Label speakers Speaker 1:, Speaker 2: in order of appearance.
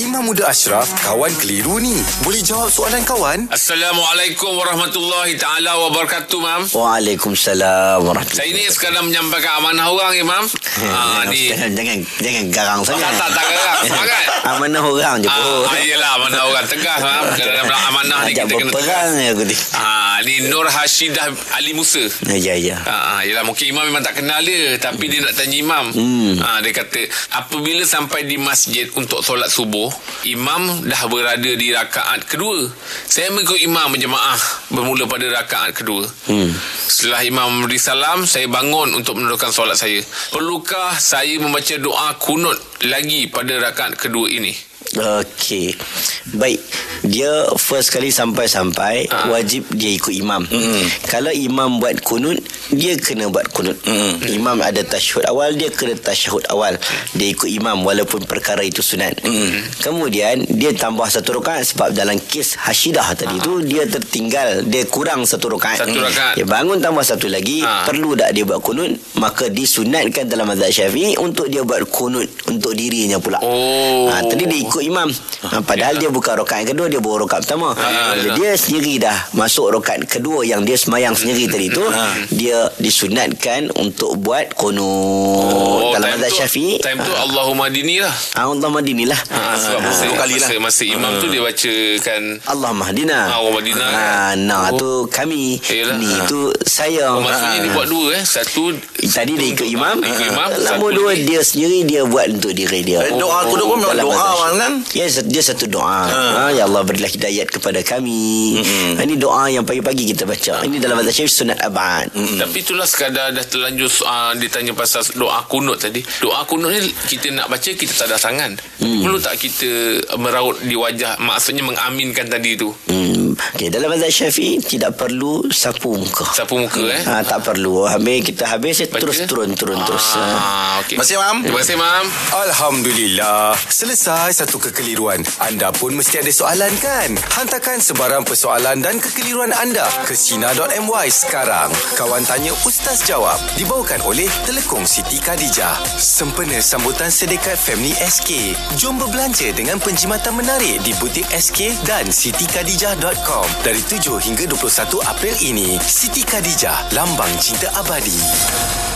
Speaker 1: Imam Muda Ashraf, kawan keliru ni. Boleh jawab soalan kawan?
Speaker 2: Assalamualaikum warahmatullahi taala wabarakatuh, Mam.
Speaker 3: Waalaikumsalam
Speaker 2: Saya
Speaker 3: warahmatullahi
Speaker 2: ni sekarang menyampaikan amanah orang ya, Mam.
Speaker 3: Hmm,
Speaker 2: ha,
Speaker 3: Jangan,
Speaker 2: ni.
Speaker 3: jangan, jangan, jangan garang saja.
Speaker 2: tak, tak garang. Semangat.
Speaker 3: Amanah orang je pun.
Speaker 2: Ah, yelah amanah orang tegas, Mam. Dalam amanah ni
Speaker 3: Oh. Ajak
Speaker 2: kita kena tegas.
Speaker 3: berperang aku ni.
Speaker 2: Ah, ni Nur Hashidah Ali Musa.
Speaker 3: Ya, ya.
Speaker 2: Ha, yelah mungkin imam memang tak kenal dia Tapi dia nak tanya imam
Speaker 3: Hmm.
Speaker 2: ha, Dia kata Apabila sampai di masjid Untuk solat subuh Imam dah berada di rakaat kedua Saya mengikut imam berjemaah Bermula pada rakaat kedua hmm. Setelah imam memberi salam Saya bangun untuk meneruskan solat saya Perlukah saya membaca doa kunut Lagi pada rakaat kedua ini
Speaker 3: Okey. Baik. Dia first kali sampai-sampai
Speaker 2: Ah.
Speaker 3: wajib dia ikut imam. Mm-hmm. Kalau imam buat kunut, dia kena buat kunut. Mm-hmm. Imam ada tasyahud awal, dia kena tasyahud awal. Dia ikut imam walaupun perkara itu sunat. Mm-hmm. Kemudian dia tambah satu rakaat sebab dalam kes hasyidah tadi tu dia tertinggal, dia kurang satu
Speaker 2: Ah.
Speaker 3: rakaat. Mm.
Speaker 2: Satu rakaat.
Speaker 3: Dia bangun tambah satu lagi,
Speaker 2: Ah.
Speaker 3: perlu tak dia buat kunut? Maka disunatkan dalam mazhab Syafi'i untuk dia buat kunut untuk dirinya pula.
Speaker 2: Oh. ya.
Speaker 3: Ha, tadi dia ikut imam. Ha, padahal dia bukan rokat kedua, dia bawa rokat pertama.
Speaker 2: Ah, ya.
Speaker 3: Bila dia sendiri dah masuk rokat kedua yang dia semayang sendiri tadi tu,
Speaker 2: Ah.
Speaker 3: dia disunatkan untuk buat kunut.
Speaker 2: Oh,
Speaker 3: dalam
Speaker 2: time
Speaker 3: mazhab
Speaker 2: tu-
Speaker 3: Syafi'i. Ah.
Speaker 2: Time tu Allahumma dini lah
Speaker 3: Ha, Allah madinilah.
Speaker 2: ha,
Speaker 3: Ah,
Speaker 2: Sebab masa,
Speaker 1: dua kali
Speaker 2: masa,
Speaker 1: lah.
Speaker 2: masa imam tu dia bacakan
Speaker 3: Allah Mahdina.
Speaker 2: Ah, orang Madinah ya. Oh.
Speaker 3: Ha, nah tu kami.
Speaker 2: Yelah. ah.
Speaker 3: Ni tu saya.
Speaker 2: Oh, maksudnya
Speaker 3: Ha.
Speaker 2: dia buat dua eh. Satu
Speaker 3: Tadi dia ikut imam Ah,
Speaker 2: Dia ikut imam.
Speaker 3: Nombor
Speaker 2: Satu
Speaker 3: dua
Speaker 2: lagi.
Speaker 3: Dia sendiri Dia buat untuk diri dia
Speaker 1: Eh, doa aku tu pun memang
Speaker 3: Dalam
Speaker 1: doa,
Speaker 3: mazhab
Speaker 1: Wan, kan? Ah.
Speaker 3: Ya yes, dia satu doa ha. Ya Allah berilah hidayat kepada kami mm-hmm. Ini doa yang pagi-pagi kita baca Ini dalam mazhab syafi'i Sunat abad
Speaker 1: Mm.
Speaker 3: mm-hmm.
Speaker 2: Tapi itulah sekadar dah terlanjur uh, dia tanya pasal doa kunut tadi. Doa kunut ni kita nak baca kita tak ada tangan. Hmm. Perlu tak kita meraut di wajah maksudnya mengaminkan tadi tu.
Speaker 3: Hmm. Okay, dalam mazhab syafi'i tidak perlu sapu muka.
Speaker 2: Sapu muka eh.
Speaker 3: Ha, tak perlu. Habis kita habis
Speaker 2: Baca.
Speaker 3: terus turun turun terus. Ha.
Speaker 2: Ah, okey.
Speaker 1: Terima kasih, Mam.
Speaker 2: Terima kasih, Mam.
Speaker 1: Alhamdulillah. Selesai satu kekeliruan. Anda pun mesti ada soalan kan? Hantarkan sebarang persoalan dan kekeliruan anda ke Sina.my sekarang. Kawan Tanya Ustaz Jawab. Dibawakan oleh Telekong Siti Khadijah. Sempena sambutan sedekat Family SK. Jom berbelanja dengan penjimatan menarik di butik SK dan sitikadijah.com dari 7 hingga 21 April ini. Siti Khadijah, lambang cinta abadi.